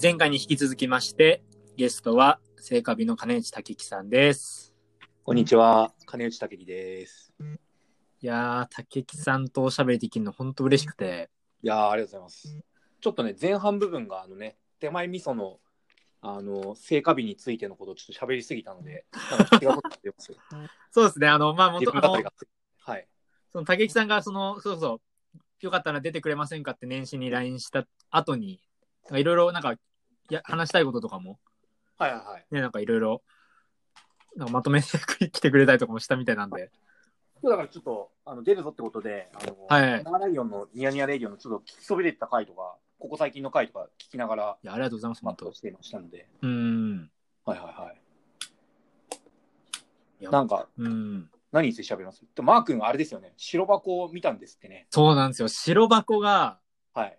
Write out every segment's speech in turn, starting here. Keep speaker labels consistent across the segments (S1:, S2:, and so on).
S1: 前回に引き続きまして、ゲストは、聖火日の金内武樹さんです。
S2: こんにちは、金内武樹です。
S1: いやー、武樹さんとおしゃべりできるの本当嬉しくて、
S2: いやー、ありがとうございます。ちょっとね、前半部分が、あのね、手前味噌の、あの、成果日についてのことをちょっと喋りすぎたので、なんか違うことになって ますよ。
S1: そうですね、あの、まあ、も
S2: 自
S1: と
S2: 分
S1: あ
S2: 語
S1: の
S2: り、が。はい。
S1: その武樹さんが、その、そうそう、よかったら出てくれませんかって年始に LINE した後に、なんかいろいろ、なんか、いや、話したいこととかも、
S2: はいはいはい。
S1: ね、なんかいろいろ、なんかまとめて来てくれたりとかもしたみたいなんで、
S2: 今日だからちょっと、あの、出るぞってことで、あの、
S1: はい
S2: マーライオンのニヤニヤレイディオのちょっと聞きそびれてた回とか、ここ最近の回とか聞きながら、
S1: いや、ありがとうございます、
S2: マ
S1: 本
S2: ット
S1: 当
S2: していましたので、
S1: うん。
S2: はいはいはいい。
S1: や
S2: なんか、
S1: うん。
S2: 何について喋りますでマー君、あれですよね、白箱を見たんですってね。
S1: そうなんですよ、白箱が、
S2: はい。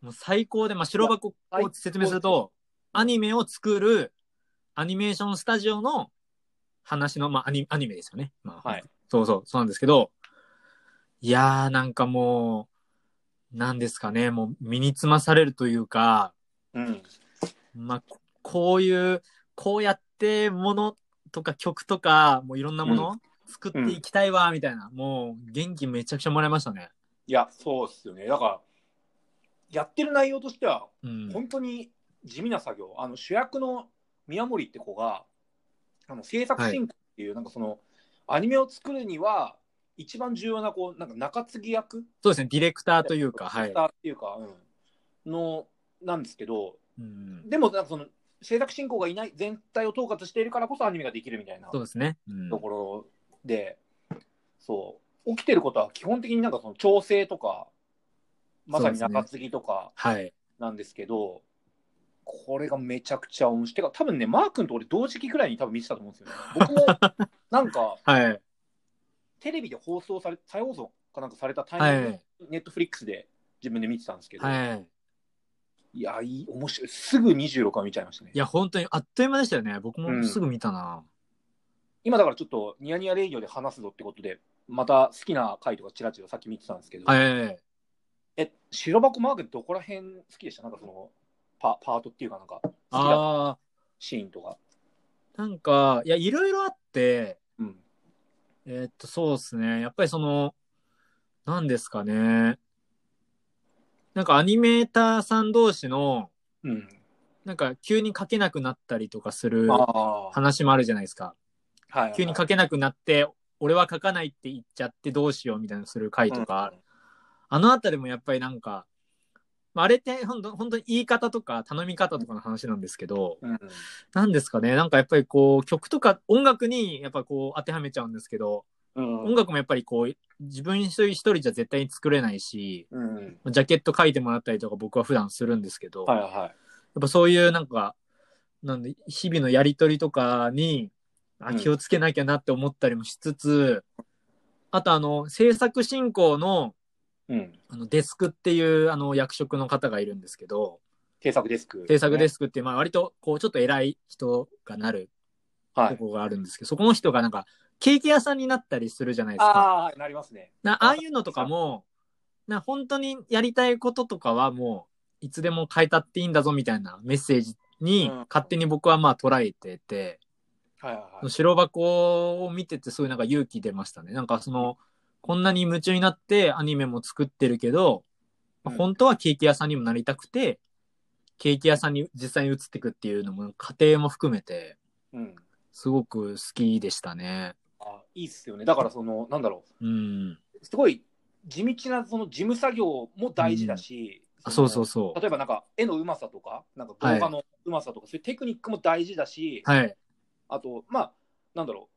S1: もう最高で、まあ、白箱を説明する
S2: 最
S1: と、アニメを作るアニメーションスタジオの話の、まあ、アニアニメですよね。まあ、
S2: はい
S1: そうそう、そうなんですけど、いやー、なんかもう、なんですかね、もう身につまされるというか、
S2: うん。
S1: まあ、ここういう、こうやってものとか曲とか、もういろんなもの作っていきたいわ、みたいな、もう元気めちゃくちゃもらいましたね。
S2: いや、そうっすよね。だから、やってる内容としては、
S1: うん。
S2: 本当に地味な作業。あの主役の宮森って子が、あの制作進行っていう、なんかその、アニメを作るには、一番重要な、こう、なんか中継ぎ役
S1: そうですね、ディレクターというか、は
S2: ディレ
S1: い
S2: ク。ターっていうか、うん、の、なんですけど、
S1: うん、
S2: でも、なんかその、制作進行がいない、全体を統括しているからこそアニメができるみたいな
S1: そう
S2: と
S1: ですね。うん
S2: ころで、そう、起きてることは基本的になんかその調整とか、まさに中継ぎとか、
S1: はい。
S2: なんですけど、これがめちゃくちゃ面白い。てか、多分ね、マー君と俺同時期くらいに多分見てたと思うんですよね。僕 も、なんか、
S1: はい。
S2: テレビで放送され、再放送かなんかされたタイ
S1: は
S2: ミングで
S1: い。
S2: ネットフリックスで自分で見てたんですけど、
S1: はい。
S2: い、や、いい、面白い。すぐ26話見ちゃいましたね
S1: い。や、本当にあっという間でしたよね。僕
S2: う
S1: も
S2: ん
S1: すぐ見たな。
S2: 今だからちょっと、ニヤニヤレイディオで話すぞってことで、また好きな回とかチラチラさっき見てたんですけど、
S1: はい。
S2: え、白箱マー君どこら辺好きでしたなんかその、パパートっていうかなんか、好きな
S1: あ
S2: シーンとか。
S1: あ、なんか、いや、いろいろあって、
S2: うん。
S1: えーっと、そうですね。やっぱりその、なんですかね。なんかアニメーターさん同士の、
S2: うん。
S1: なんか急に書けなくなったりとかする
S2: ああ、はい
S1: 話もあるじゃないですか。
S2: はいはい。
S1: 急に書けなくなって、俺は書かないって言っちゃってどうしようみたいなのする回とか、あのあたりもやっぱりなんか、まああれって本当本当に言い方とか頼み方とかの話なんですけど、
S2: うん、
S1: なんですかね、なんかやっぱりこう曲とか音楽にやっぱこう当てはめちゃうんですけど、
S2: うん
S1: 音楽もやっぱりこう自分一人一人じゃ絶対に作れないし、
S2: うん、
S1: ジャケット書いてもらったりとか僕は普段するんですけど、
S2: はい
S1: やっ
S2: は
S1: ぱそういうなんか、なんで日々のやりとりとかにあ
S2: うん
S1: 気をつけなきゃなって思ったりもしつつ、あとあの制作進行の
S2: い。うん。
S1: あのデスクっていうあの役職の方がいるんですけど、
S2: 制作デスク、
S1: 制作デ
S2: ス
S1: スクって、まあ割とこうちょっと偉い人がなる
S2: ク。は
S1: と
S2: い。
S1: こがあるんですけど、そこの人がなんかケーキ屋さんになったりするじゃないですか。
S2: ああ、なりますね。
S1: なああいうのとかも、な本当にやりたいこととかはもういつでも変えたっていいんだぞみたいなメッセージに
S2: うん
S1: 勝手に僕はまあ捉えてて、
S2: はいはいはい。
S1: 白箱を見ててそういうなんか勇気出ましたね。なんかその、こんなに夢中になってアニメも作ってるけど、まあ
S2: うん
S1: 本当はケーキ屋さんにもなりたくて、ケーキ屋さんに実際に移っていくっていうのも、家庭も含めて、
S2: うん。
S1: すごく好きでしたね。
S2: あいいっすよね。だから、その、なんだろ
S1: うん。
S2: う。すごい、地道な、その、事務作業も大事だし、
S1: あそうそう
S2: そ
S1: そ
S2: の。例えば、なんか、絵のうまさとか、なんか、動画のうまさとか、そういうテクニックも大事だし、
S1: う。はい。
S2: あと、まあ、なんだろ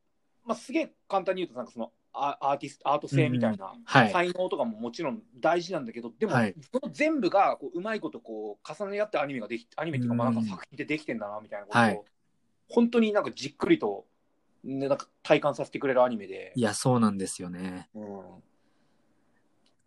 S2: う。まあ、すげえ簡単に言うと、なんか、その、アアーティスト、アート性みたいな、
S1: はい。
S2: 才能とかももちろん大事なんだけど、でも、
S1: はい
S2: その全部がこううまいことこう重ね合ってアニメができアニメっていうか、まあ
S1: うん
S2: なんか作品でできてんだなみたいなことを、
S1: はい
S2: 本当になんかじっくりと、ね、なんか体感させてくれるアニメで
S1: い、や、そうなんですよね。
S2: うん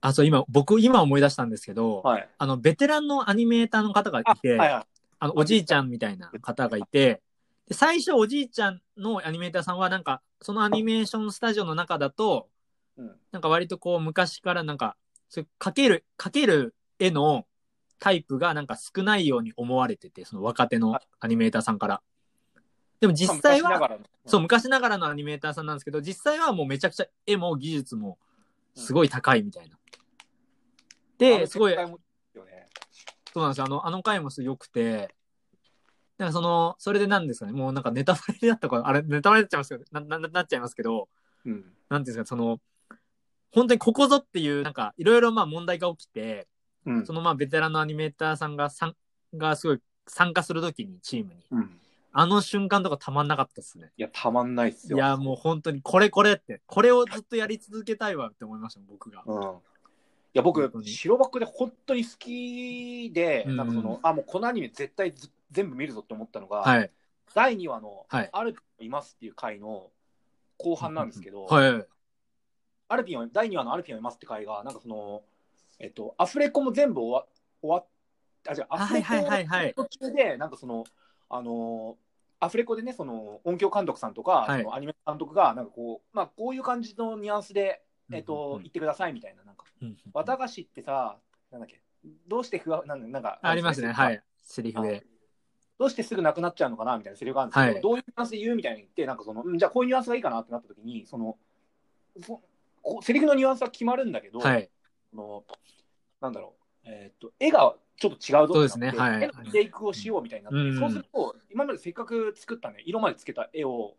S1: あ、そう、今、僕、今思い出したんですけど、
S2: はい、
S1: あの、ベテランのアニメーターの方がい
S2: あ
S1: て、
S2: はいはい
S1: あの、おじいちゃんみたいな方がいて、で最初おじいちゃんのアニメーターさんは、なんか、そのアニメーションスタジオの中だと、
S2: うん
S1: なんか割とこう、昔からなんか、そういうかける、かける絵のタイプがなんか少ないように思われてて、その若手のアニメーターさんから。でも実際は、そう、昔ながらのアニメーターさんなんですけど、実際はもうめちゃくちゃ絵も技術もすごい高いみたいな。で、すごい、そうなんですよ。あの、あの回もすごい良くて、なんかその、それでなんですかね、もうなんかネタバレになったから、あれ、ネタバレになっちゃいますけど、な、な、ななっちゃいますけど、
S2: うん。
S1: なんていうんですか、その、本当にここぞっていう、なんか、いろいろまあ問題が起きて、
S2: うん
S1: そ。のまあベテランのアニメーターさんが、さん、がすごい参加するときにチームに、
S2: うん。
S1: あの瞬間とかたまんなかったですね。
S2: いや、たまんないっす
S1: い
S2: よ。
S1: や、もう本当にこれこれって、これをずっとやり続けたいわって思いました、僕が。
S2: うん。いや、
S1: 本
S2: 僕
S1: 当、に
S2: 白バックで本当に好きで、
S1: うん
S2: なんかその、あ、もうこのアニメ絶対ず全部見るぞって思ったのが、
S1: はい。
S2: 第2話の、
S1: はい
S2: アルピンいますっていう回の後半なんですけど、
S1: はい。
S2: アルピンを第2話のアルピンをいますって回が、なんかその、えっと、アフレコも全部終わ終わっあ、じゃあ、ア
S1: は
S2: フレ
S1: い
S2: コ
S1: はいはいはい。
S2: 途中で、なんかその、あのーアフレコでね、その音響監督さんとか、
S1: はい
S2: そのアニメ監督が、なんかこう、まあ、こういう感じのニュアンスで、えっと、言ってくださいみたいな、なんか、
S1: うんうんうん
S2: 綿菓子ってさ、なんだっけ、どうして不安、なんだなんか、
S1: ありますね、は
S2: あの。
S1: い。セリフで。
S2: どうしてすぐなくなっちゃうのかなみたいなセリフがあるんですけど、
S1: はい
S2: どういうニュアンスで言うみたいに言って、なんかその、うんじゃあこういうニュアンスがいいかなってなった時に、その、そこうセリフのニュアンスは決まるんだけど、
S1: はい。
S2: そのなんだろう、えーっと、絵がちょっと違うぞってなって
S1: そうですねはい
S2: 絵のテイクをしようみたいになって、
S1: うん
S2: そうすると、今までせっかく作ったね、色までつけた絵を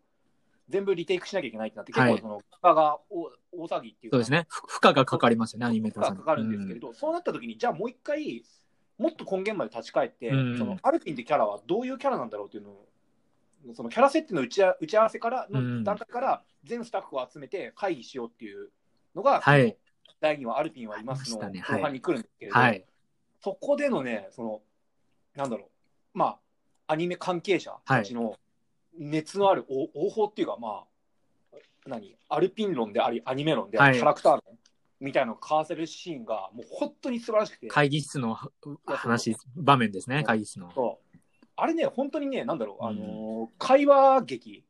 S2: 全部リテイクしなきゃいけないってなって、結
S1: は
S2: 構
S1: い
S2: その、負荷が大大騒ぎっていうか
S1: そうですね。ふ負荷がかかりますよね、アニメータ
S2: 負
S1: ー
S2: 荷
S1: さ
S2: が
S1: ん。
S2: かかるんですけれ
S1: ど。
S2: ど、そうなった時に、じゃあもう一回、もっと根源まで立ち返って、
S1: うん
S2: そのアルピンってキャラはどういうキャラなんだろうっていうのを、そのキャラ設定の打ちあ打ち合わせからの
S1: うん
S2: 段階から、全スタッフを集めて会議しようっていうのが、
S1: はい。
S2: 第2話、アルピンはいますの
S1: あ
S2: 後
S1: りましたねはい
S2: 半に来るんですけれど、
S1: はい。
S2: そこでのね、その、なんだろう、まあ、アニメ関係者たちの熱のあるお応報っていうか、まあ、何、アルピン論であり、アニメ論であり、
S1: はい
S2: キャラクター論みたいなのを交わせるシーンが、もう本当に素晴らしくて、
S1: 会議室の話、場面ですね、会議室の。
S2: そうあれね、本当にね、なんだろう、あのー
S1: う
S2: 会話劇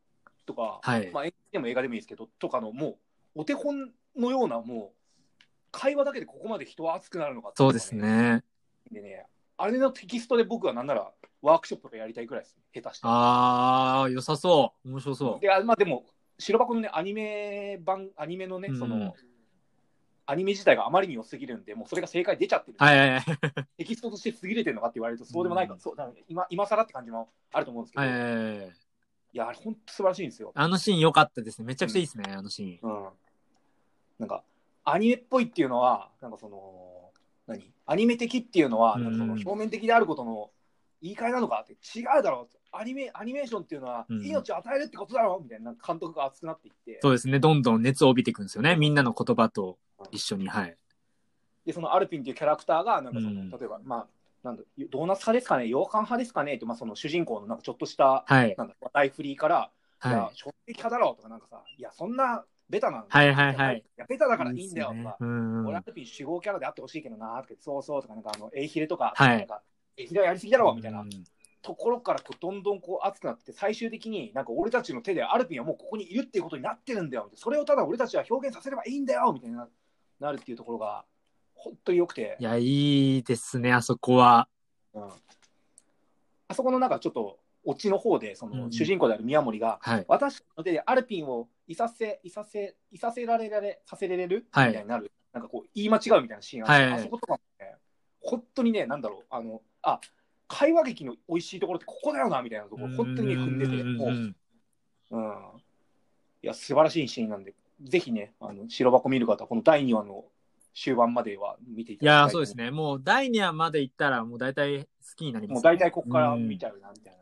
S2: とか、
S1: はい
S2: まあ、演劇でも映画でもいいですけど、とかの、もう、お手本のような、もう、会話だけでここまで人は熱くなるのかってい
S1: そ
S2: の
S1: う
S2: が
S1: ですね。
S2: でね、あれのテキストで僕はなんならワークショップとかやりたいくらいです、下手して。
S1: あー、良さそう。面白そ
S2: であまあ、でも、白箱のね、アニメ版、アニメのね、その、
S1: うん
S2: アニメ自体があまりに良すぎるんで、もうそれが正解出ちゃってる、
S1: う。はいはいはい。
S2: テキストとして優れてるのかって言われると、そうでもないか、
S1: うん
S2: そうなんか今今更って感じもあると思うんですけど、
S1: はい
S2: い、
S1: はいはい。
S2: や、あれ、本当素晴らしいんですよ。
S1: あのシーン良かったですね。めちゃくちゃいいですね、あのシーン。
S2: うん。なんか、アニメっぽいっていうのは、なんかその、何アニメ的っていうのは、なんかその
S1: うん
S2: 表面的であることの言い換えなのかって違うだろうアニメ、アニメーションっていうのは
S1: うん
S2: 命を与えるってことだろうみたいななんか監督が熱くなっていって、
S1: そうですね。どんどん熱を帯びていくんですよね。みんなの言葉と一緒に。はい。
S2: で、そのアルピンっていうキャラクターが、なんかその、
S1: うん
S2: 例えば、まあ、なんだドーナツ派ですかね洋館派ですかねって、まあ、その主人公のなんかちょっとした、
S1: はい。
S2: なんだ、話題フリーから、いや
S1: は、
S2: 衝撃派だろうとか、なんかさ、いや、そんなベタなんだ
S1: はいはいはい
S2: いや、ベタだからい
S1: い。
S2: いんだよと
S1: いいっす
S2: か
S1: ね、うん
S2: 俺
S1: う
S2: ア
S1: ん。
S2: ルピン主語キャラであってほしいけどなとかそうそうとかなんかあのエイヒレとか,、
S1: はい
S2: なんかエイヒレはやりすぎだろみたいな、
S1: うん
S2: ところからこうどんどんこう熱くなって最終的になんか俺たちの手でアルピンはもうここにいるっていうことになってるんだよみたいなそれをただ俺たちは表現させればいいんだよみたいななるっていうところが本当に良くて
S1: い、や、いいですね、あそこは。
S2: うんあそこのなんかちょっとオチの方でそ
S1: うん
S2: の主人公である宮森が、
S1: はい。
S2: 私の手でアルピンをいさせいさせいさせられられさせられる、
S1: はい
S2: みたいになるなんかこう言い間違うみたいなシーンがあ,、
S1: はい
S2: あそことかもね本当にねなんだろうあのあ会話劇の美味しいところってここだよなみたいなところ本当に踏んでて
S1: うんうん
S2: も
S1: う、
S2: うんうん、いや素晴らしいシーンなんでぜひねあの白箱見る方はこの第2話の終盤までは見てい
S1: い
S2: ただきたい
S1: やー、そうですね。もう第2話まで行ったら、もう大体好きになります、ね。
S2: もう大体ここから見ち
S1: ゃ
S2: ゃうなみたいな、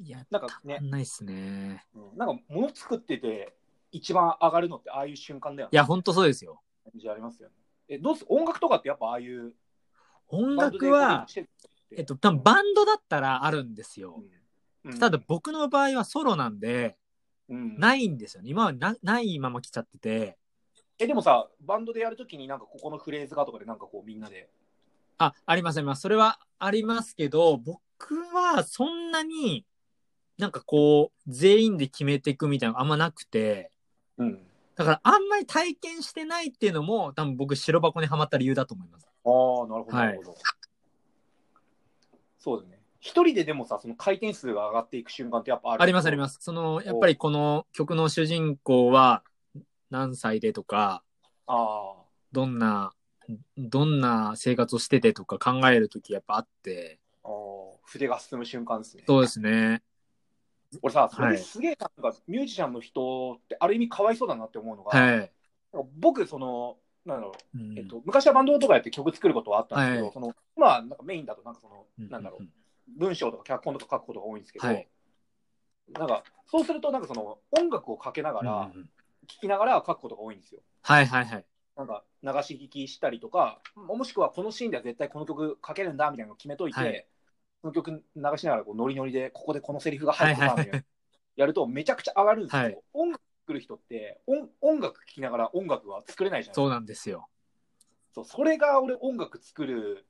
S1: うん。いや、
S2: なんかね
S1: 足、んないっすね。
S2: うんなんか物作ってて一番上がるのってああいう瞬間だよね
S1: いや、ほんとそうですよ。
S2: 感じありますよね。え、どうす音楽とかってやっぱああいう
S1: 音
S2: バンドで
S1: 楽は、
S2: してる
S1: えっと、多分バンドだったらあるんですよ。
S2: うんうん
S1: ただ僕の場合はソロなんで、
S2: うん
S1: ないんですよね。今はなないまま来ちゃってて。
S2: え、でもさ、バンドでやるときになんかここのフレーズがとかでなんかこうみんなで。
S1: あ、ありますあります。それはありますけど、僕はそんなに、なんかこう、全員で決めていくみたいなのあんまなくて、
S2: うん。
S1: だからあんまり体験してないっていうのも、多分僕、白箱にはまった理由だと思います。
S2: ああ、なるほど、
S1: はい
S2: なるほど。そうだね。一人ででもさ、その回転数が上がっていく瞬間ってやっぱある。。
S1: ありますありますす。その、やっぱりこの曲の主人公は何歳でとか、
S2: ああ。
S1: どんな、どんな生活をしててとか考えるときやっぱあって、
S2: あー筆が進む瞬間ですね。
S1: そうですね。
S2: 俺さ、それ
S1: はい
S2: ですげえなんか、ミュージシャンの人ってある意味かわいそうだなって思うのが、
S1: はい。
S2: 僕、その、なんだろ
S1: う
S2: う、
S1: ん
S2: えっと、昔はバンドとかやって曲作ることはあったんですけど、
S1: はい
S2: その今はなんかメインだと、なんかその、なんだろう、
S1: う。
S2: 文章とか脚本とか書くことが多いんですけど、
S1: はい
S2: なんか、そうすると、なんかその、音楽をかけながら、
S1: うんうん
S2: 聴きながら書くことが多いんですよ。
S1: はいはいはい。
S2: なんか流し聞きしたりとか、もしくはこのシーンでは絶対この曲かけるんだみたいなのを決めといて、
S1: はい
S2: その曲流しながらこうノリノリで、ここでこのセリフが入ってたみ
S1: は
S2: た
S1: い
S2: い
S1: は
S2: なやるとめちゃくちゃ上がるんですけど、
S1: はい
S2: 音楽作る人って音音楽聴きながら音楽は作れないじゃないですか。
S1: そうなんですよ。
S2: そうそれが俺音楽作る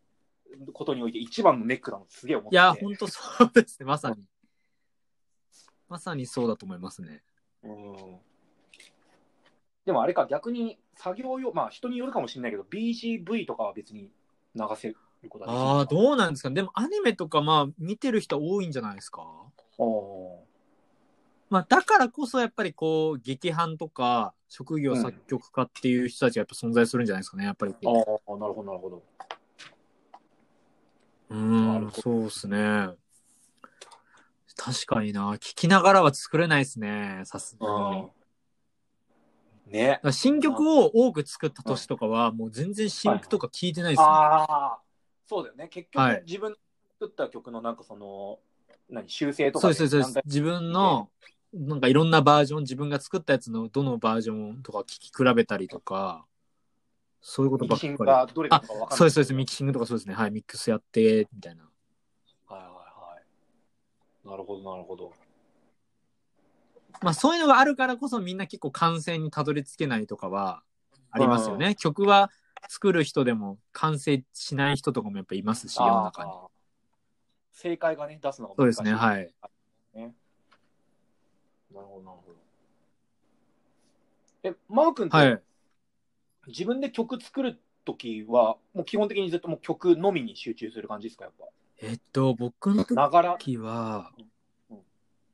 S2: ことにおいて一番のネックだのすげえ
S1: い
S2: 思ってて
S1: や、ほんとそうですね。まさに。まさにそうだと思いますね。
S2: うんでもあれか逆に作業用まあ人によるかもしれないけど BGV とかは別に流せることはできる
S1: ああ、どうなんですかねでもアニメとかまあ見てる人多いんじゃないですか
S2: お
S1: まあだからこそやっぱりこう、劇伴とか職業作曲家っていう人たちがやっぱ存在するんじゃないですかね。やっぱり
S2: ーあ
S1: こ
S2: ーなるほどなるほど
S1: う。う
S2: なる
S1: ーん、
S2: ほど
S1: そうですね。確かにな。聞きながらは作れないですね。さすがに。だか
S2: うんね
S1: ら新曲を多く作った年とかはもう全然新譜とか聞いてないですね。
S2: ああそうだよね結局、
S1: はい
S2: 自分の作った曲のなんかその何修正と
S1: そ
S2: か
S1: うです、そうで
S2: 何
S1: す
S2: 回。
S1: 自分の、なんかいろんなバージョン、自分が作ったやつのどのバージョンとか聞き比べたりとか、そういうこと
S2: ミ
S1: ばっか
S2: キシン
S1: り。
S2: グがどれなのか分かんない
S1: そうです、そうです、ミキシングとかそうですね。はい、ミックスやって、みたいな。
S2: はいはいはいなるほどなるほど
S1: まあそういうのがあるからこそみんな結構完成にたどり着けないとかはありますよね。曲は作る人でも完成しない人とかもやっぱいますし、世の中に。
S2: あー正解がね出すのが
S1: そう
S2: 難
S1: で
S2: しい
S1: すね、
S2: い
S1: はい。
S2: なるほどなるほどえマー君って、
S1: はい。
S2: 自分で曲作るときはもう基本的にずっともう曲のみに集中する感じですかやっぱ
S1: えっと、僕の
S2: ながら
S1: 時は
S2: うん、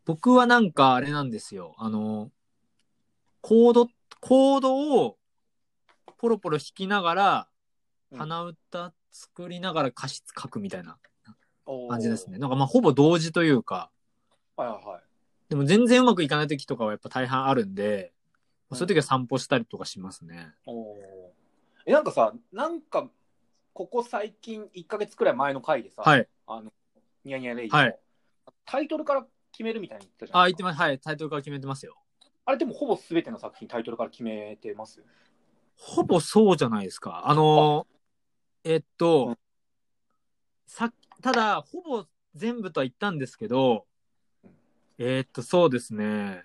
S1: 僕はなんかあれなんですよ。あの、コード、コードをポロポロ弾きながら、
S2: うん
S1: 鼻歌作りながら歌詞書くみたいな感じですね。
S2: お
S1: なんかまあほぼ同時というか、
S2: ーはいはいはい
S1: でも全然うまくいかない時とかはやっぱ大半あるんで、
S2: うん
S1: そういう時は散歩したりとかしますね。
S2: おおーえなんかさなんかここ最近1か月くらい前の回でさ、
S1: はい。
S2: あのニヤニヤレイジ
S1: はい
S2: タイトルから決めるみたいに言ってたじゃ
S1: あ、
S2: ない
S1: 言
S2: で
S1: って
S2: すか
S1: ます。はい。タイトルから決めてますよ。
S2: あれでもほぼ全ての作品タイトルから決めてます
S1: ほぼそうじゃないですか。あのーえっと、
S2: うん
S1: さ、ただ、ほぼ全部とは言ったんですけど
S2: うん、
S1: えっと、そうですね。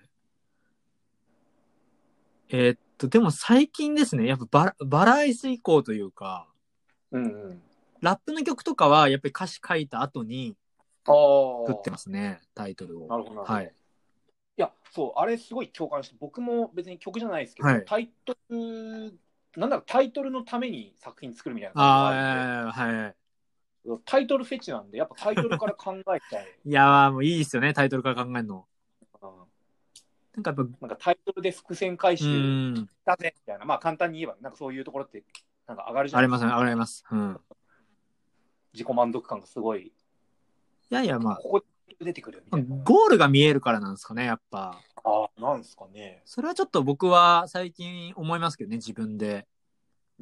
S1: えっと、でも最近ですね、やっぱバラバラエス以降というか、
S2: うんうん
S1: ラップの曲とかはやっぱり歌詞書いた後に
S2: ああ
S1: 作ってますね、タイトルを。
S2: なるほどなるほど
S1: はい。
S2: いや、そう、あれすごい共感して、僕も別に曲じゃないですけど、
S1: はい
S2: タイトル、なんだろう、タイトルのために作品作るみたいな感じがあるんで
S1: ああ、は
S2: タイトルフェチなんで、やっぱタイトルから考えちゃう。
S1: い。いやー、もういいですよね、タイトルから考えるの。
S2: うん
S1: なんかやっぱ、う
S2: なんかタイトルで伏線回収
S1: ーん、
S2: だぜみたいな、まあ簡単に言えば、なんかそういうところって、なんか上がるじゃ
S1: あ
S2: な
S1: り
S2: いで
S1: ますすね、あります。うん。
S2: 自己満足感がすごい、
S1: いやいや、まあ、
S2: ここで出てくるみたいな。
S1: ゴールが見えるからなんですかね、やっぱ。
S2: ああ、なんですかね。
S1: それはちょっと僕は最近思いますけどね、自分で。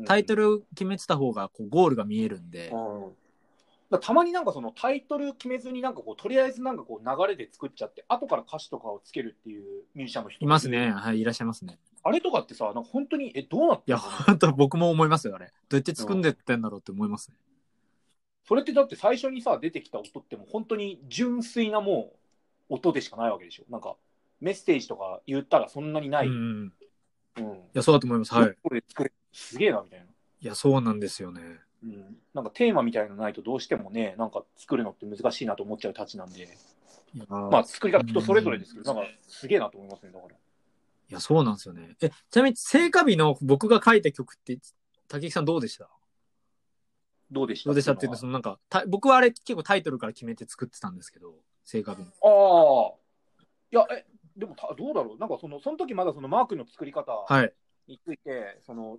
S1: タイト
S2: ル、
S1: ル決めてた方が、こう、ゴールが見えるんで
S2: う。んだからたまになんかそのタイトル決めずになんかこうとりあえずなんかこう流れで作っちゃって後から歌詞とかをつけるっていうミュージシャンの人
S1: いますね。はい、いらっしゃいますね。
S2: あれとかってさ、なんか本当に、え、どうなっ
S1: い
S2: てん
S1: や、
S2: の
S1: 本当僕も思いますよ、あれ。どうやって作んでってんだろうって思いますね。
S2: それってだって最初にさ、出てきた音ってもう本当に純粋なもう音でしかないわけでしょ。なんか、メッセージとか言ったらそんなにない。
S1: う
S2: うんん。
S1: うん。いや、そうだと思います。はい。
S2: これで作れすげえな、みたいな。
S1: いや、そうなんですよね。
S2: うん。なんかテーマみたいなのないとどうしてもね、なんか作るのって難しいなと思っちゃうたちなんで。
S1: いや、
S2: まあ作り方人それぞれですけど、なんかすげえなと思いますね、だから。
S1: いやそうなんですよね。え、ちなみに、聖火日の僕が書いた曲って、竹木さんどうでした
S2: どうでした
S1: どうでしたっていうと、そのなんか、た僕はあれ結構タイトルから決めて作ってたんですけど、正確に。
S2: ああ。いや、え、でもたどうだろうなんかその、その時まだそのマークの作り方
S1: はい。
S2: について、その、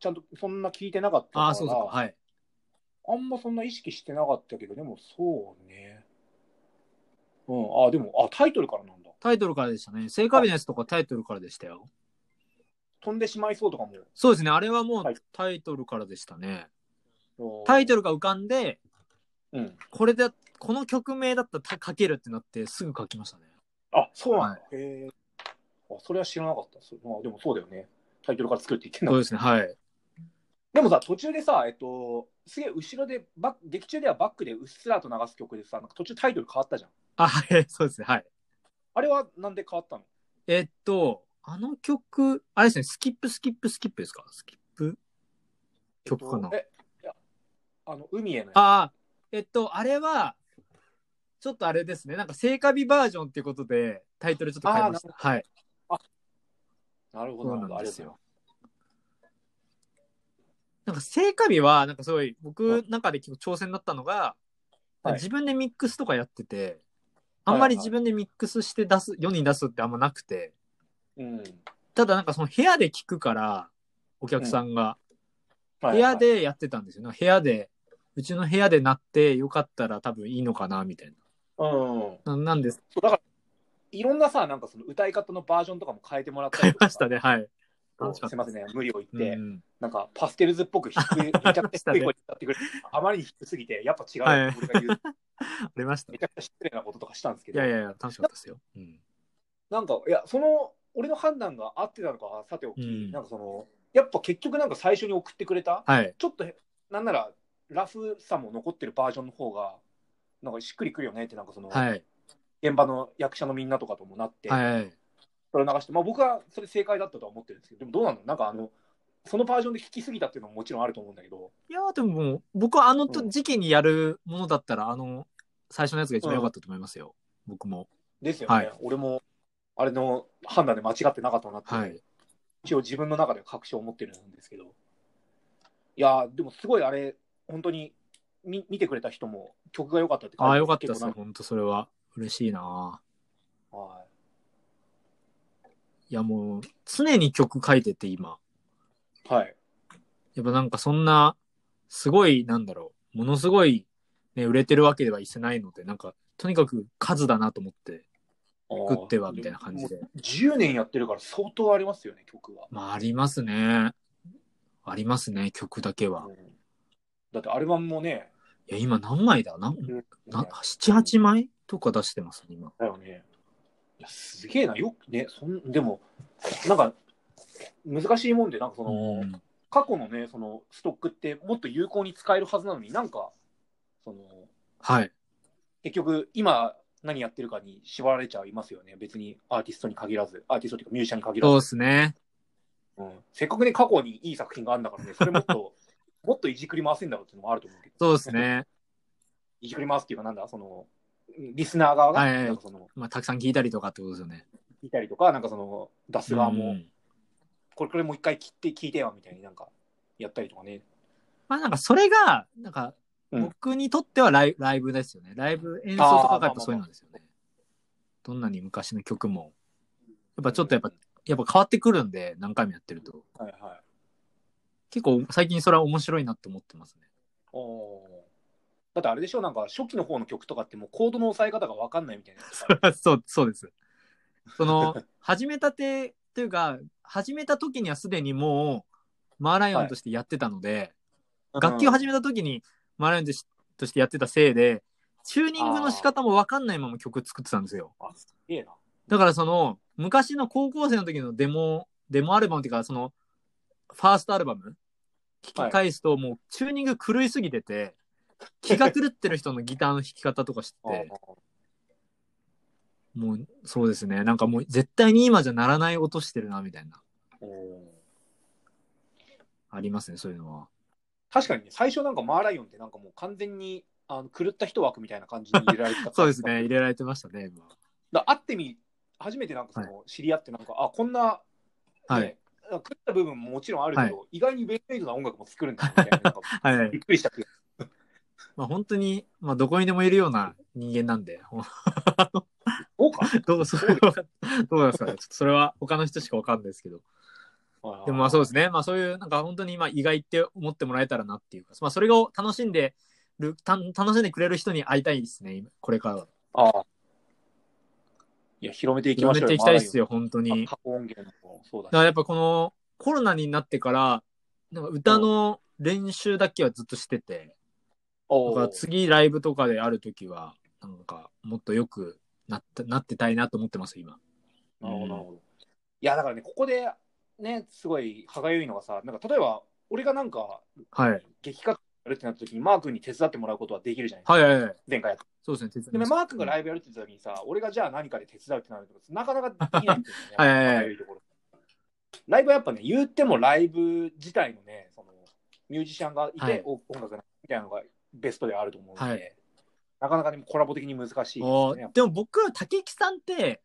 S2: ちゃんとそんな聞いてなかったから
S1: ああ、そうそう。はい。
S2: あんまそんな意識してなかったけど、でもそうね。うん、あ、でも、あ、タイトルからなんだ。
S1: タイトルからでしたね。聖火日のやつとかタイトルからでしたよ。
S2: 飛んでしまいそうとか
S1: そうですね。あれはもう
S2: はい
S1: タイトルからでしたね。
S2: も。
S1: タイト
S2: ル
S1: ルが浮かんで、
S2: うん。
S1: これだ、この曲名だったら書けるってなってすぐ書きましたね。
S2: あ、そうなんだ。へえ。あ、それは知らなかった。そうまあ、でもそうだよね。タイトルから作るって言ってんだ
S1: そ
S2: も
S1: うんですね。はい。
S2: でもさ、途中でさ、えっと、すげえ後ろで、バック劇中ではバックでうっすらと流す曲でさ、なんか途中タイトル変わったじゃん。
S1: あ、はい。そうですね。はい。
S2: あれはなんで変わったの
S1: えっと、あの曲、あれですね。スキップ、スキップ、スキップですかスキップ曲かな。
S2: えっとえいやあの、海へのやつ
S1: ああ、えっと、あれは、ちょっとあれですね。なんか聖火日バージョンっていうことで、タイトルちょっと変えました。はい。
S2: なるほ
S1: そ
S2: ど、
S1: う
S2: な
S1: な
S2: るほど。
S1: ん
S2: あ
S1: で
S2: れ
S1: すよ。なんか聖火日は、なんかすごい、僕の中で結構挑戦だったのが、
S2: はい
S1: 自分でミックスとかやってて、あんまり自分でミックスして出す、世に出すってあんまなくて、
S2: うん。
S1: ただなんかその部屋で聞くから、お客さんが、
S2: はい
S1: 部屋、でやってたんですよね。部屋で、うちの部屋で鳴ってよかったら多分いいのかな、みたい
S2: はいうん。
S1: な。ななんです。
S2: そうだから、いろんなさ、なんかその歌い方のバージョンとかも変えてもらった
S1: 変え
S2: りとか
S1: ましたね、はい。
S2: そう
S1: 楽しかっ
S2: す
S1: た
S2: いませんね、無理を言って、
S1: うん
S2: なんかパステルズっぽく低い、めちゃくちゃ低い声で歌ってくれる。あまりに低すぎて、やっぱ違うって俺が言う、
S1: ありました。い
S2: めちゃくちゃ失礼なこととかしたんですけど、
S1: やいやいや、楽しかったですよ。うん。
S2: なんか、いや、その、俺の判断が合ってたのかはさておき、
S1: うん
S2: なんかその、やっぱ結局なんか最初に送ってくれた、
S1: はい。
S2: ちょっと、なんなら、ラフさも残ってるバージョンの方が、なんかしっくりくるよねって、なんかその、
S1: はい。
S2: 現場の役者のみんなとかともなって、
S1: はい。
S2: それを流して、まあ僕はそれ正解だったとは思ってるんですけど、でもどうなのなんかあの、そのバージョンで聴きすぎたっていうのももちろんあると思うんだけど、
S1: いやーでももう、僕はあのと
S2: うん
S1: 時期にやるものだったら、あの、最初のやつが一番良かったと思いますよ。僕も。
S2: ですよね、
S1: はい
S2: 俺も、あれの判断で間違ってなかったなって、
S1: はい。
S2: 一応自分の中では確証を持ってるんですけど、いやー、でもすごいあれ、本当に見見てくれた人も曲が良かったって
S1: ああ、良かったですね。
S2: 結構
S1: ほんと、それは。嬉しいな
S2: なはい
S1: いや、もう、常に曲書いてて、今。
S2: はい。
S1: やっぱなんかそんな、すごい、なんだろう。ものすごい、ね、売れてるわけではいせないので、なんか、とにかく数だなと思って、
S2: 食
S1: 食っては、みたいな感じで。
S2: 10年やってるから相当ありますよね、曲は。
S1: まあ、ありますね。ありますね、曲だけは。
S2: うんだってアルバムもね、
S1: いや、今何枚だなん
S2: うん
S1: な ?7、8枚とか出してますね、今。
S2: だよね。いや、すげえな、よくね、そんでも、なんか、難しいもんで、なんかその、
S1: うん
S2: 過去のね、そのストックってもっと有効に使えるはずなのに、なんか、その、
S1: はい。
S2: 結局、今、何やってるかに縛られちゃいますよね。別にアーティストに限らず、アーティストというかミュージシャンに限
S1: そう
S2: ら
S1: で
S2: ず。
S1: すね。
S2: うん、せっかくね、過去にいい作品があるんだからね、それもっと、もっといじくり回せんだろうっていうのもあると思うけど。
S1: そうです。ね。
S2: いじくり回すっていうか、なんだ、その、リスナー側が、
S1: はいはい
S2: なんかその、
S1: まあ、たくさん聞いたりとかってことですよね。
S2: いたりとか、なんかその、出す側も、
S1: うん
S2: これこれもう一回切って聞いてよみたいになんかやったりとかね。
S1: まあ、なんかそれが、なんか、
S2: うん
S1: 僕にとってはライライブですよね。ライブ演奏とかがやっぱそういうのですよね。どんなに昔の曲も、やっぱちょっとやっぱ、やっぱ変わってくるんで、何回もやってると。
S2: はいはい。
S1: 結構最近それは面白いなって思ってますね。
S2: おーだってあれでしょなんか初期の方の曲とかってもうコードの押さえ方が分かんないみたいなやつと か。
S1: そう、そうです。その、始めたてというか、始めた時にはすでにもう、マーライオンとしてやってたので、楽器を始めた時にマーライオンとしとしてやってたせいで、チューニングの仕方もわかんないまま曲作ってたんですよ。
S2: めあ、すげえな。
S1: だからその、昔の高校生の時のデモ、デモアルバムっていうか、その、ファーストアルバム聞き返すと、もうチューニング狂いすぎてて、気が狂ってる人のギターの弾き方とか知っ
S2: あー
S1: て、もうそうですね。なんかもう絶対に今じゃならない音してるな、みたいな。
S2: おー
S1: ありますね、そういうのは。
S2: 確かにね、最初なんかマーライオンってなんかもう完全にあの狂った人枠みたいな感じに入れられてた。
S1: そうですね、。入れられてましたね、今。
S2: だ会ってみ、初めてなんかその知り合ってなんか、あ、こんな、
S1: はい
S2: ね 狂った部分ももちろんあるけど、意外にベースメイドな音楽も作るんだみたいな、なんか
S1: はい。
S2: びっくりした気がする
S1: まあ本当に、まあどこにでもいるような人間なんで、ほん
S2: そうか。
S1: どう、それは、どうなんですかね。ちょっとそれは他の人しかわかんないですけど。でもまあそうですね。まあそういう、なんか本当にまあ意外って思ってもらえたらなっていうか、まあそれを楽しんでる、た楽しんでくれる人に会いたいですね、今これからは。
S2: ああ。いや、広めていきましょう
S1: 広めていきたいですよ、本当
S2: 周りを
S1: に。
S2: 過去音源の、そう
S1: だ
S2: だ
S1: か
S2: ね。
S1: らやっぱこのコロナになってから、なんか歌の練習だけはずっとしてて、だ
S2: お
S1: から
S2: ー
S1: 次ライブとかであるときは、なんかもっとよくなったなってたいなと思ってます、今。
S2: なるほど、なるほど。いや、だからね、ここで、ね、すごい歯がゆいのがさ、なんか例えば、俺がなんか、
S1: はい。
S2: 激化やるってなった時に、マー君に手伝ってもらうことはできるじゃないですか、
S1: はいはいはい。
S2: 前回やった。
S1: そうですね、手伝いま
S2: でね、
S1: す
S2: マー君がライブやるって言った時にさ、俺がじゃあ何かで手伝うってなると、なかなかできないんですよね。
S1: はいはいはい
S2: 歯がゆいところライブはやっぱね、言ってもライブ自体のね、そのミュージシャンがいて、
S1: はい
S2: お音楽がみたいなのがベストであると思うので、
S1: はい
S2: なかなかでもコラボ的に難しいです
S1: あ
S2: よね
S1: ー。でも僕は竹木さんって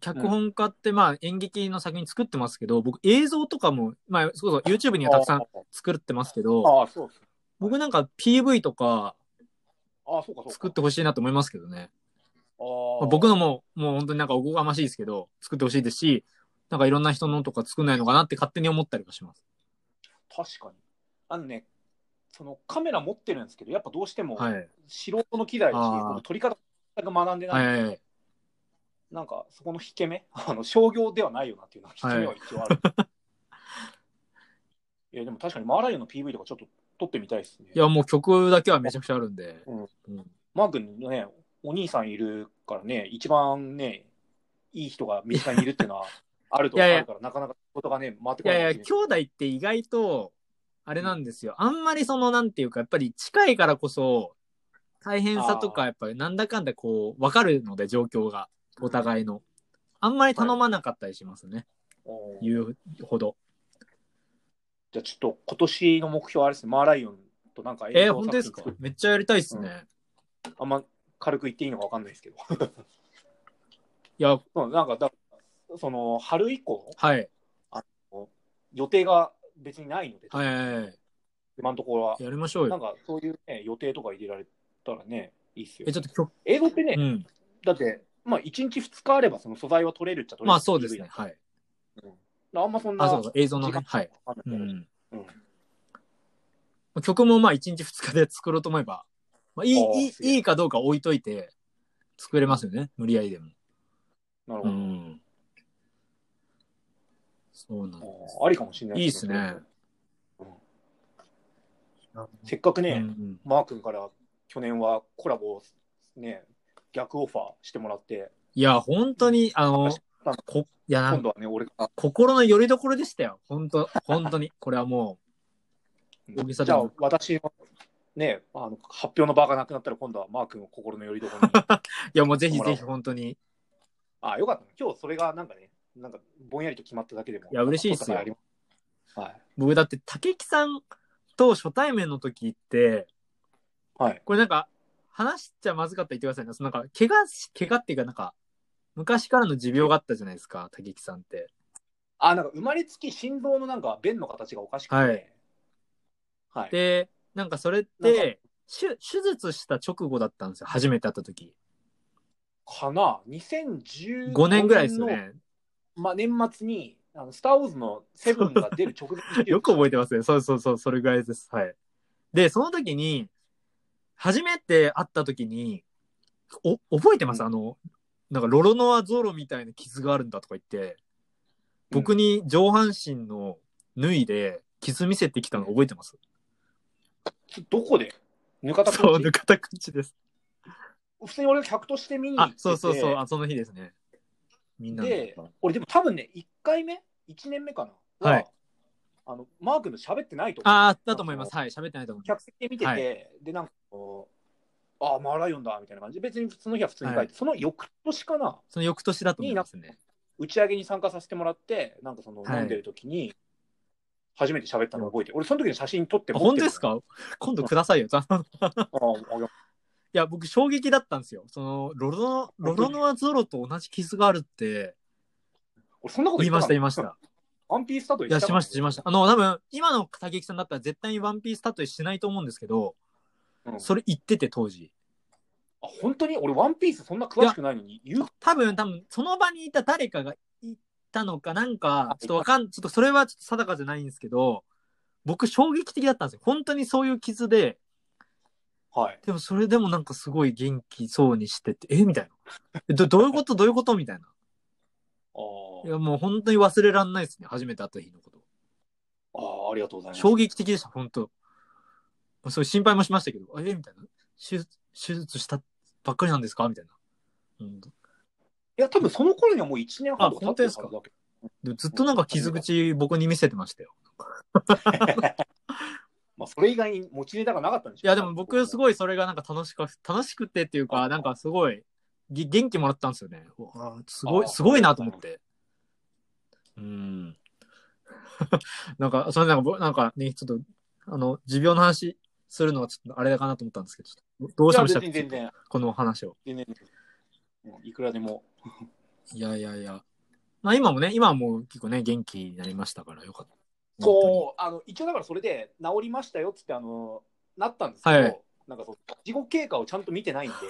S1: 脚本家ってまあ演劇の作品作ってますけど、僕映像とかも、まあ、そうそう YouTube にはたくさん
S2: あー
S1: 作ってますけど
S2: あー、そうです。
S1: 僕なんか PV とか
S2: ああ、そうか、そうか。
S1: 作ってほしいなと思いますけどね、
S2: あ
S1: まあ
S2: ー
S1: 僕のももう本当になんかおこがましいですけど作ってほしいですしなんかいろんな人のとか作んないのかなって勝手に思ったりもします
S2: 確かに。あのね、そのカメラ持ってるんですけど、やっぱどうしても
S1: はい
S2: 素人の機材だし、
S1: あー
S2: この撮り方全く学んでない、
S1: はいはいはい
S2: なんかそこの引け目、 あの商業ではないよなっていうのは引け目は一応ある。 い、や、でも確かにマーライオンの PV とかちょっと撮ってみたいですね。
S1: いやもう曲だけはめちゃくちゃあるんで、
S2: うん
S1: うん
S2: マー君のね、お兄さんいるからね、一番ね、いい人が身近にいるっていうのはあると
S1: いやいや
S2: あるから、なかなかことがね、回って
S1: い
S2: こない
S1: やい
S2: で
S1: や、
S2: すね
S1: 兄弟って意外と、あれなんですよ。あんまりその、なんていうか、やっぱり近いからこそ、大変さと
S2: あ
S1: か、やっぱりなんだかんだこう、わかるので、状況が、お互いの。あんまり頼まなかったりしますね。
S2: おー
S1: 言うほど。
S2: じゃあちょっと今年の目標はあれですね、マーライオンとなんか
S1: えー、
S2: 映像
S1: 本当
S2: 作
S1: で
S2: 品
S1: すか
S2: 作っ
S1: めっちゃやりたいっすね。
S2: あんま軽く言っていいのかわかんないですけど。
S1: いや、
S2: うんなんかだ、その、春以降、
S1: はい。
S2: 予定が別にないので、
S1: はいはいはい。
S2: 今のところは。
S1: やりましょう
S2: なん
S1: よ。
S2: か、そういう、ね、予定とか入れられたらね、いいっすよ
S1: え、。ちょっと曲、
S2: 映像ってね、
S1: うん。
S2: だって、まあ、1日2日あればその素材は取れるっちゃ取れる。
S1: まあそうですね。。はい。
S2: あんまそんな、
S1: あ、そうそう、映像のね
S2: 時。間
S1: はい。
S2: わか
S1: うん
S2: ない
S1: ん。
S2: けどうん
S1: 曲もまあ1日2日で作ろうと思えば、まあ、いい
S2: あー
S1: いい
S2: すげえ
S1: いいかどうか置いといて作れますよね無理やりでも。
S2: なるほ
S1: う
S2: ど。
S1: ん。そうなんです。
S2: あーありかもしれない
S1: いいっすね。
S2: せっかくね、
S1: うんうん
S2: マー君から去年はコラボをね、逆オファーしてもらって、
S1: いや本当にあのこいやな
S2: 今
S1: ん
S2: 度はね、俺が、
S1: 心の拠り所でしたよ本当本当に これはも大げさ
S2: じ
S1: で
S2: ゃ
S1: も
S2: あ私のね、あの発表の場がなくなったら今度はマー君を心のよりどころに。
S1: ういやもうぜひぜひ本当に
S2: あ、よかったね。今日それがなんかね、なんかぼんやりと決まっただけでも。
S1: いや嬉しいっすよ
S2: なんかお互いあり
S1: 僕だって竹木さんと初対面の時って
S2: ますはい。はい。
S1: これなんか、話しちゃまずかったら言ってくださいね。そのなんか、怪我し、怪我っていうかなんか、昔からの持病があったじゃないですか、竹木さんって。
S2: あ、なんか生まれつき心臓のなんか弁の形がおかしくて。
S1: はい。
S2: はい、
S1: で、なんかそれっ
S2: なん
S1: て、手手術した直後だったんですよ、初めて会った時。
S2: かな ?2015
S1: 5年ぐらいですよ
S2: の
S1: ね。
S2: まあ、年末に、あのスター・ウォーズのセブンが出る直 前
S1: よく覚えてますね。そうそうそう、それぐらいです。はい。で、その時に、初めて会った時に、お、覚えてますあの、なんかロロノアゾロみたいな傷があるんだとか言って、僕
S2: に、
S1: に上半身の脱いで傷見せてきたの覚えてます
S2: うんどこでぬかた
S1: そう、
S2: こ
S1: ぬかたくんちです。
S2: 普通に俺が客として見に行っ
S1: あ
S2: て、て
S1: そうそうそう、あ、その日ですね。みんなの
S2: で、俺でも多分ね、1回目 ?1 年目かな
S1: はい。
S2: あの、マー君の喋ってないと思う。
S1: ああ、だと思います。はい、喋ってないと思いま
S2: 客席で見てて、
S1: は
S2: で、なんかこう、ああ、マーライオンだ、みたいな感じで、別にその日は普通に帰って、
S1: はい
S2: その翌年かな、
S1: す。その翌年だと思いますね。
S2: 打ち上げに参加させてもらって、なんかその、
S1: はい
S2: 飲んでる時に、初めて喋ったの覚えてる、俺、その時の写真撮って
S1: あ
S2: 持っ
S1: 本
S2: てる
S1: 当ですか今度くださいよ。あのい
S2: あああげ
S1: や、僕、衝撃だったんですよ。その、ロロノ、ロロノアゾロと同じ傷があるって、
S2: 俺、そんなこと
S1: 言い
S2: った
S1: まし
S2: か
S1: た、
S2: な
S1: 言いました。
S2: ワンピースタトゥー
S1: いや、しました、しました。あの、多分、今の片木さんだったら絶対にワンピースタトゥーしないと思うんですけど、
S2: うん
S1: それ言ってて、当時。
S2: あ本当に俺、ワンピースそんな詳しくないのに言う
S1: 多分、多分、その場にいた誰かが言ったのか、なんか
S2: あ、
S1: ちょっとわかん、ちょっとそれはちょっと定かじゃないんですけど、僕、衝撃的だったんですよ。本当にそういう傷で、
S2: はい。
S1: でもそれでもなんかすごい元気そうにしてて、えみたいな。えどどういうことどういうことみたいな。
S2: あ
S1: い
S2: ー
S1: や、もう本当に忘れらんないですね。初めて会った日のこと。
S2: あー、ありがとうございます。
S1: 衝撃的でした、本当。まあそういう心配もしましたけど、えみたいな。手術、手術したばっかりなんですかみたいな。うん
S2: いや、多分その頃にはもう1年半とか経ってるはずだけど
S1: でもずっとなんか傷口僕に見せてましたよ。
S2: まあ、それ以外に持ちネタがなかったんでし
S1: い
S2: ょ
S1: や、でも僕す
S2: ごい。
S1: ごいそれがなんか楽しか、楽しくてっていうか、なんかすごい、げ元気もらったんですよね。うわすごい、
S2: あ
S1: すごいなと思って。うん。 なんか、それなんか僕、なんかね、ちょっと、あの、持病の話するのはちょっとあれだかなと思ったんですけど、ちょっとどうしました
S2: いや別に全然、
S1: このお話を。
S2: 全然。もういくらでも。
S1: いやいやいや。まあ今もね、今はもう結構ね、元気になりましたからよかった。
S2: そう、あの、一応だからそれで治りましたよっつって、あの、なったんですけど、
S1: はい
S2: なんかそう、自己経過をちゃんと見てないんで、
S1: う。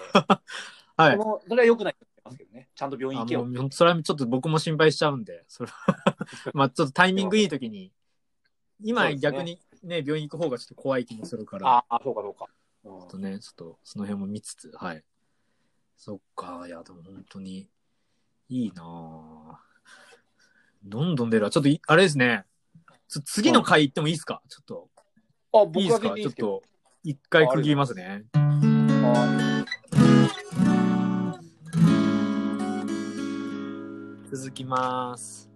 S1: はい
S2: そ。のそれは良くないと思いますけどね。ちゃんと病院
S1: あ
S2: 行け
S1: も
S2: よ。
S1: うほんとそれはちょっと僕も心配しちゃうんで、それは まあちょっとタイミングいい時に、
S2: そう
S1: 今
S2: ですね
S1: 逆にね、病院行く方がちょっと怖い気もするから、
S2: ああ、そうかそうか。うん
S1: ちょっとね、ちょっとその辺も見つつ、はい。そっか、いや、でも本当に、いいなぁ。どんどん出るわ。ちょっとい、あれですね。つ次の回行ってもいいですかちょっと。
S2: あ、
S1: いい
S2: 僕
S1: で
S2: は
S1: す
S2: 全
S1: か
S2: 然い
S1: ちょ
S2: いで
S1: っ
S2: すけど。
S1: と、一回区切りますね。
S2: はい
S1: 続きます。